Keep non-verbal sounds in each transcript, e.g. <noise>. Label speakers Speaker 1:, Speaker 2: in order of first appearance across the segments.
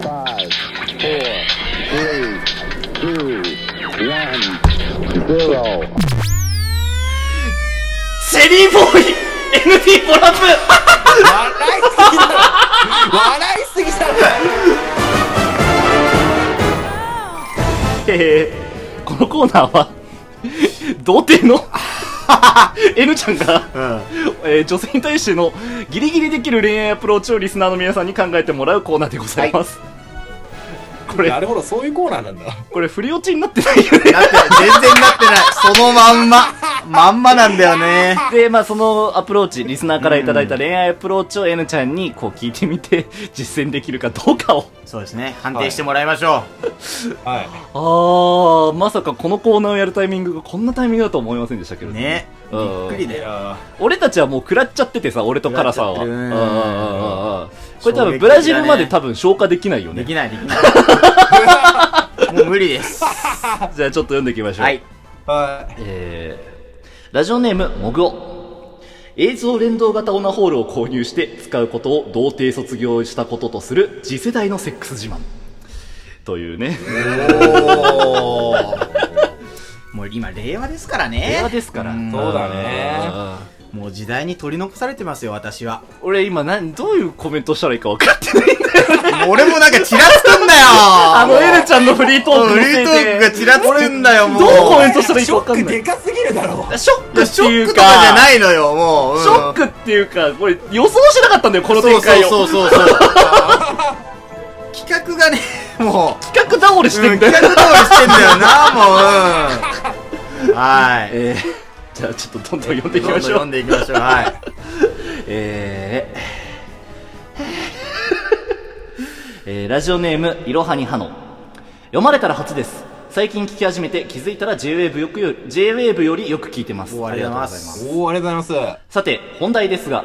Speaker 1: Five, four, three, two, one, zero.
Speaker 2: セリーボーイ !NT ボラップ
Speaker 3: 笑いすぎだろ笑いすぎだろ
Speaker 2: えー、このコーナーは、童貞の N ちゃんが、えー女性に対してのギリギリできる恋愛アプローチをリスナーの皆さんに考えてもらうコーナーでございます。こ
Speaker 3: な
Speaker 2: れ、
Speaker 3: るほどそういうコーナーなんだ
Speaker 2: これ、振り落ちになってないよね。
Speaker 4: なってない全然なってない。そのまんま。まんまなんだよね。
Speaker 2: で、まあ、そのアプローチ、リスナーからいただいた恋愛アプローチを N ちゃんにこう聞いてみて、 <laughs> 実践できるかどうかを。
Speaker 4: そうですね。判定してもらいましょ
Speaker 3: <laughs> はい
Speaker 2: あー、まさかこのコーナーをやるタイミングがこんなタイミングだとは思いませんでしたけ
Speaker 4: う。
Speaker 2: ど
Speaker 4: ね。びっくりだよ。
Speaker 2: 俺たちはもう食らっちゃっててさ、俺とカラさんは。う
Speaker 4: 食
Speaker 2: んう
Speaker 4: らっ
Speaker 2: んうんうんうん
Speaker 4: ちゃ
Speaker 2: これ多分ブラジルまで多分消化できないよ
Speaker 4: で
Speaker 2: ね。
Speaker 4: きない、でき
Speaker 2: <laughs>
Speaker 4: ない。もう無理です。
Speaker 2: じゃあちょっと読んでいきましょう。
Speaker 4: はい。。
Speaker 3: はい
Speaker 2: えー、ラジオネーム、もぐお。映像連動型オナホールを購入して使うことを童貞卒業したこととする次世代のセックス自慢。というね。
Speaker 4: おー。もう今、令和ですからね。
Speaker 2: 令和ですから
Speaker 4: ん
Speaker 3: そうだね
Speaker 2: あー
Speaker 4: もう時代に取り残されてますよ、私は。
Speaker 2: 俺今何、どういうコメントしたらいいか分かってないんだよ。
Speaker 4: 俺もなんかちらつくんだよ
Speaker 2: あのエルちゃんのフリートーク
Speaker 4: フ
Speaker 2: の
Speaker 4: リ
Speaker 2: せい
Speaker 4: ートーク
Speaker 2: で
Speaker 4: が。ちらつくんだよ、もう。
Speaker 2: どうコメン
Speaker 3: シ
Speaker 2: トしたらいいか
Speaker 3: ョ
Speaker 2: 分か
Speaker 3: ッ
Speaker 2: ん
Speaker 3: ク
Speaker 2: ない
Speaker 3: で。かすぎるだろ
Speaker 2: ショッ
Speaker 4: い
Speaker 2: ク
Speaker 4: や
Speaker 2: って
Speaker 4: ショ
Speaker 2: い
Speaker 4: ッ
Speaker 2: う
Speaker 4: ク
Speaker 2: か
Speaker 4: と、かじゃないのよ、もう。
Speaker 2: ショックっていうか、これ予想しなかったんだよ、この
Speaker 4: そう
Speaker 2: 展開を。
Speaker 4: そうそうそうそう。 <laughs> 企画がね、もう。
Speaker 2: 企画倒れして
Speaker 4: うんん
Speaker 2: だよ。
Speaker 4: 企画通りしてんだよな、もう。うん。はい。
Speaker 2: えー、じゃあちょっとどんどん読んでいきましょ
Speaker 4: 読
Speaker 2: う。
Speaker 4: んでいきましょう。はい。
Speaker 2: えー、 <laughs> えーラジオネーム、いろはにはの。読まれたら初です。最近聞き始めて気づいたら JWAVE よくよ JWAVE よりよく聞いてます。
Speaker 4: おありがとうございます
Speaker 2: ありがとうござい
Speaker 3: おおありがとうございま
Speaker 2: さて、本題ですが、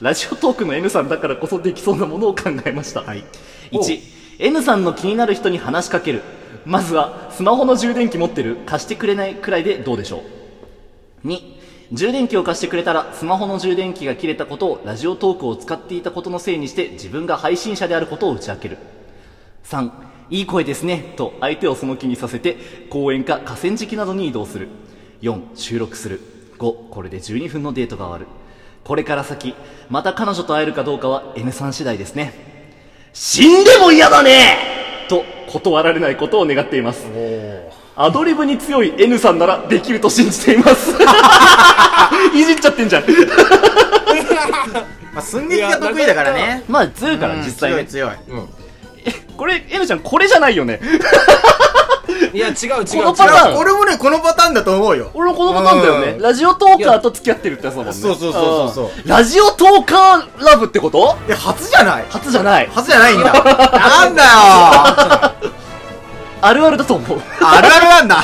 Speaker 2: ラジオトークの N さんだからこそできそうなものを考えました。
Speaker 4: はい
Speaker 2: 1、N さんの気になる人に話しかける。まずは、スマホの充電器持ってる貸してくれないくらいでどうでしょう。2、充電器を貸してくれたら、スマホの充電器が切れたことをラジオトークを使っていたことのせいにして自分が配信者であることを打ち明ける。3いい声ですねと相手をその気にさせて公園か河川敷などに移動する4収録する5これで12分のデートが終わるこれから先また彼女と会えるかどうかは N さん次第ですね死んでも嫌だねと断られないことを願っていますアドリブに強い N さんならできると信じています <laughs> いじっちゃってんじゃん
Speaker 4: まあ、寸劇が得意だから
Speaker 3: いや
Speaker 4: ね。
Speaker 2: <laughs> まあ強いから
Speaker 4: うん
Speaker 2: 実際ね
Speaker 4: 強い強い。
Speaker 2: これ N ちゃんこれじゃないよね
Speaker 3: すいや違う違う
Speaker 2: この
Speaker 3: 違う
Speaker 2: パターン
Speaker 4: 俺もね、このパターンだと思うよ。
Speaker 2: 俺の子供なんだよね。
Speaker 4: うん
Speaker 2: ラジオトーカーと付き合ってるってやつだもんね。
Speaker 4: そうそうそうそう
Speaker 2: うんラジオトーカーラブってこと
Speaker 4: え、初じゃない
Speaker 2: 初じゃない。
Speaker 4: 初じゃない <laughs> んだ。なんだよ
Speaker 2: あるあるだと思う。うん。
Speaker 4: あるあるなんだ。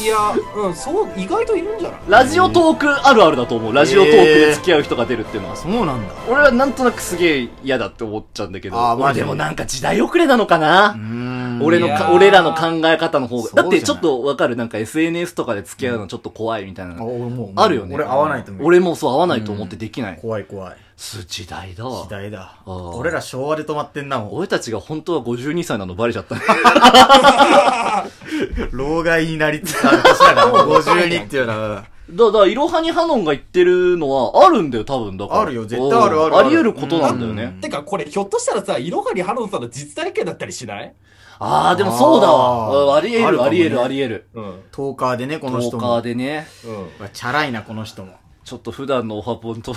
Speaker 3: いやうんそう意外といるんじゃない
Speaker 2: ラジオトークあるあるだと思う。ラジオトークで付き合う人が出るっていうのは。
Speaker 4: そうなんだ。
Speaker 2: 俺はなんとなくすげえ嫌だって思っちゃうんだけど。
Speaker 4: あーマジ
Speaker 2: でもなんか時代遅れなのかな
Speaker 4: うん。
Speaker 2: 俺の
Speaker 3: いや
Speaker 2: か、
Speaker 3: ー
Speaker 2: 俺らの考え方の方が。
Speaker 4: そうじゃ
Speaker 2: だっ
Speaker 4: ない
Speaker 2: てちょっとわかる、なんか SNS とかで付き合うのちょっと怖いみたいな。
Speaker 4: あ俺もう
Speaker 2: あるよね。
Speaker 4: 俺合わないと思う
Speaker 2: 俺もそう合わないと思ってできない。
Speaker 4: 怖い怖い。
Speaker 2: す、時代だわ
Speaker 4: 時。代だ。
Speaker 2: あー
Speaker 4: 俺ら昭和で止まってんなもん。
Speaker 2: 俺たちが本当は52歳なのバレちゃったね。
Speaker 4: 老害になりつつある年
Speaker 2: <laughs>
Speaker 4: だから、もう52っていうのは。
Speaker 2: だ、だ、いろはにハノンが言ってるのはあるんだよ、多分。だから。
Speaker 4: あるよ絶対ある
Speaker 2: うん
Speaker 4: あるある
Speaker 2: あり得ることなんだよね。
Speaker 4: うん
Speaker 3: てかこれひょっとしたらさいろはりハロンさんの実体験だったりしない
Speaker 2: ああ、でもそうだわ。
Speaker 4: あー
Speaker 2: うんあり得
Speaker 4: ある
Speaker 2: る、
Speaker 4: か
Speaker 2: あ
Speaker 4: も
Speaker 2: り
Speaker 4: ね
Speaker 2: 得る、あり得る。
Speaker 3: うん
Speaker 4: トーカーでね、こ
Speaker 2: ト
Speaker 4: の人
Speaker 2: ー
Speaker 4: も。
Speaker 2: カーでね。
Speaker 3: うん
Speaker 4: うわチャラいな、この人も。
Speaker 2: ちょっと普段のオハポンと、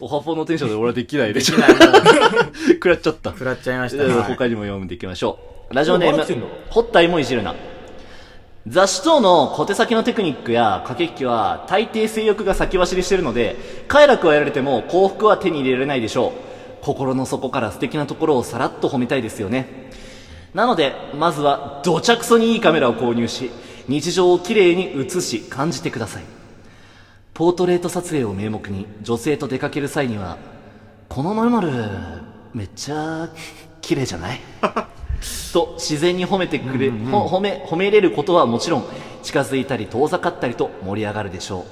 Speaker 2: オハポンのテンションで俺はできないで
Speaker 4: で
Speaker 2: し
Speaker 4: き
Speaker 2: ょ。
Speaker 4: ない、もう。
Speaker 2: <laughs> 食らっちゃった。
Speaker 4: 食らっちゃいました
Speaker 2: うん
Speaker 4: ね。
Speaker 2: 他にも読んでいきましょう。ラジオネー
Speaker 3: もう笑ってん
Speaker 2: ム
Speaker 3: の、
Speaker 2: ホッタイもいじるな。雑誌等の小手先のテクニックや駆け引きは大抵性欲が先走りしてるので、快楽は得られても幸福は手に入れられないでしょう。心の底から素敵なところをさらっと褒めたいですよね。なので、まずはどちゃくそにいいカメラを購入し、日常をきれいに映し感じてください。ポートレート撮影を名目に女性と出かける際には、この〇〇、めっちゃ綺麗じゃないと自然に褒めてくれ、ほ褒め、褒めれることはもちろん、近づいたり遠ざかったりと盛り上がるでしょ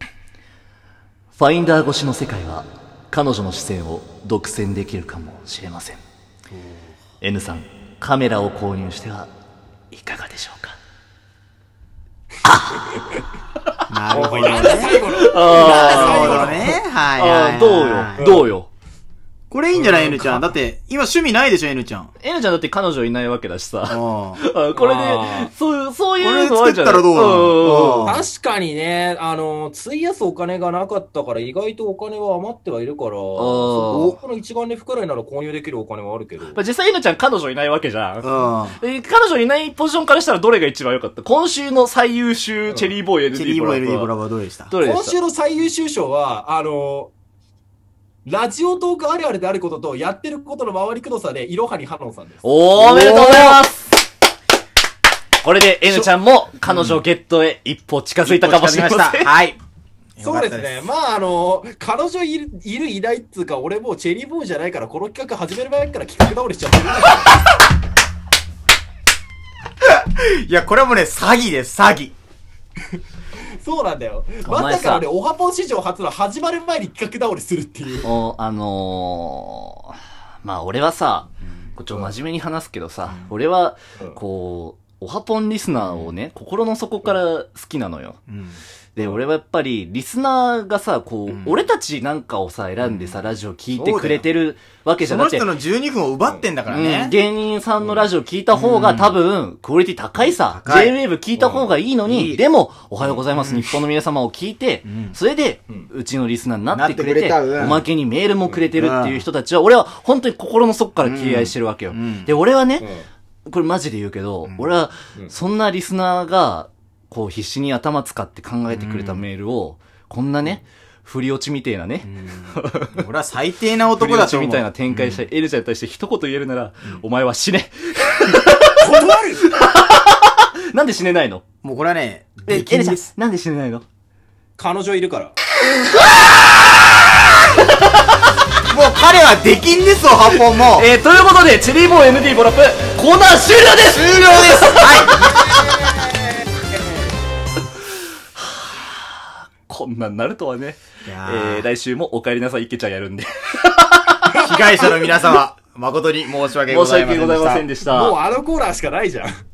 Speaker 2: う。ファインダー越しの世界は、彼女の視線を独占できるかもしれません N さんカメラを購入してはいかがでしょうか
Speaker 4: なるほどね。なんだ最後の。なるほどね。はいはいはい。
Speaker 2: あーどうよどうよ
Speaker 4: これいいんじゃない ?N ちゃん。だって、今趣味ないでしょ ?N ちゃん。
Speaker 2: N ちゃんだって彼女いないわけだしさ
Speaker 4: あー
Speaker 2: <laughs> あこれ
Speaker 3: あ
Speaker 2: で、そう、そういう
Speaker 4: これ
Speaker 2: のあるじゃん
Speaker 4: 作ったらどうなの
Speaker 2: ん
Speaker 4: あ
Speaker 3: 確かにね、あの、費やすお金がなかったから、意外とお金は余ってはいるから、そこの一眼レフくらいなら購入できるお金はあるけど。
Speaker 2: まあ実際、ゆなちゃん彼女いないわけじゃん。
Speaker 4: うん。
Speaker 2: え彼女いないポジションからしたらどれが一番良かった今週の最優秀チェリーボーイ LD
Speaker 4: チェリーボーイルディボ
Speaker 2: ボラ
Speaker 4: ラボはどうでした
Speaker 2: どれで
Speaker 3: 今
Speaker 2: し
Speaker 3: 週
Speaker 2: た
Speaker 3: の最優秀賞は、あの、ラジオトークあるあるであることと、やってることの回りくどさで、いろはにハノンさんです。
Speaker 2: おーおめでとうございますこれで N ちゃんも彼女ゲットへ一歩近づいたかもしれません。
Speaker 4: はい。
Speaker 3: そうですね。まあ、あの、彼女いる、いる、いないっつうか、俺もうチェリーボーイじゃないから、この企画始める前から企画倒れしちゃってる。
Speaker 4: いや、これはもうね、詐欺です、詐欺。
Speaker 3: <laughs> そうなんだよ。
Speaker 2: お
Speaker 3: ま
Speaker 2: 前
Speaker 3: さ
Speaker 2: さ
Speaker 3: かのね、オハポン史上初の始まる前に企画倒れするっていう。
Speaker 2: おあのー、まあ俺はさ、こうちょっと真面目に話すけどさ、俺は
Speaker 3: うん、
Speaker 2: こう、オハポンリスナーをね、心の底から好きなのよ。
Speaker 4: うん。
Speaker 2: で、俺はやっぱり、リスナーがさ、こう、
Speaker 4: うん
Speaker 2: 俺たちなんかをさ、選んでさ、ラジオ聞いてくれてるわけじ
Speaker 4: そ
Speaker 2: ゃな
Speaker 4: の
Speaker 2: くて、
Speaker 4: 人の12分を奪ってんだから
Speaker 2: うん
Speaker 4: ね。
Speaker 2: 芸人さんのラジオ聞いた方が、
Speaker 4: うん
Speaker 2: 多分、クオリティ高いさ。
Speaker 4: 高い
Speaker 2: JWAVE 聞いた方がいいの
Speaker 4: うん
Speaker 2: に、
Speaker 4: いい
Speaker 2: でも、おはようございます、日本の皆様を聞いて、
Speaker 4: ん
Speaker 2: それで
Speaker 3: ん、
Speaker 2: うちのリスナーになってくれ
Speaker 4: なってくれ
Speaker 2: て、
Speaker 4: たうん
Speaker 2: おまけにメールもくれてるっていううん人たちは、俺は本当に心の底から敬愛してるわけよ。
Speaker 4: うんうん
Speaker 2: で、俺はね、
Speaker 3: うん
Speaker 2: これマジで言うけど、
Speaker 4: ん
Speaker 2: 俺は
Speaker 3: う、ん
Speaker 2: そんなリスナーが、こう必死に頭使って考えてくれたメールを、こんなね、振り落ちみてえなね、
Speaker 4: うん俺は最低な
Speaker 2: 振り
Speaker 4: 男だ
Speaker 2: 落ち
Speaker 4: と思う。
Speaker 2: みたいな展開して、エルちゃんに対して一言言えるなら、お前は死ね。
Speaker 3: 断る <laughs>
Speaker 2: なんで死ねないの
Speaker 4: もうこれはね、
Speaker 2: え、エ
Speaker 4: 出禁
Speaker 2: ルちゃん
Speaker 4: です。、
Speaker 2: なんで死ねないの
Speaker 3: 彼女いるから。
Speaker 4: もう彼は出禁ですよ、ハポンも。
Speaker 2: えー、ということで、チェリーボーイ MD ボラップ、コーナー終了です
Speaker 4: 終了ですはい
Speaker 2: こんなんなるとはね。え
Speaker 4: いやー
Speaker 2: ー、来週もお帰りなさい、イケちゃんやるんで。
Speaker 4: 被害者の皆様、誠に申し訳ご
Speaker 2: 申し
Speaker 4: ざいませ
Speaker 2: 訳
Speaker 4: んでした。
Speaker 2: ございませんでし
Speaker 3: もう
Speaker 2: た。
Speaker 3: あのコーナーしかないじゃん。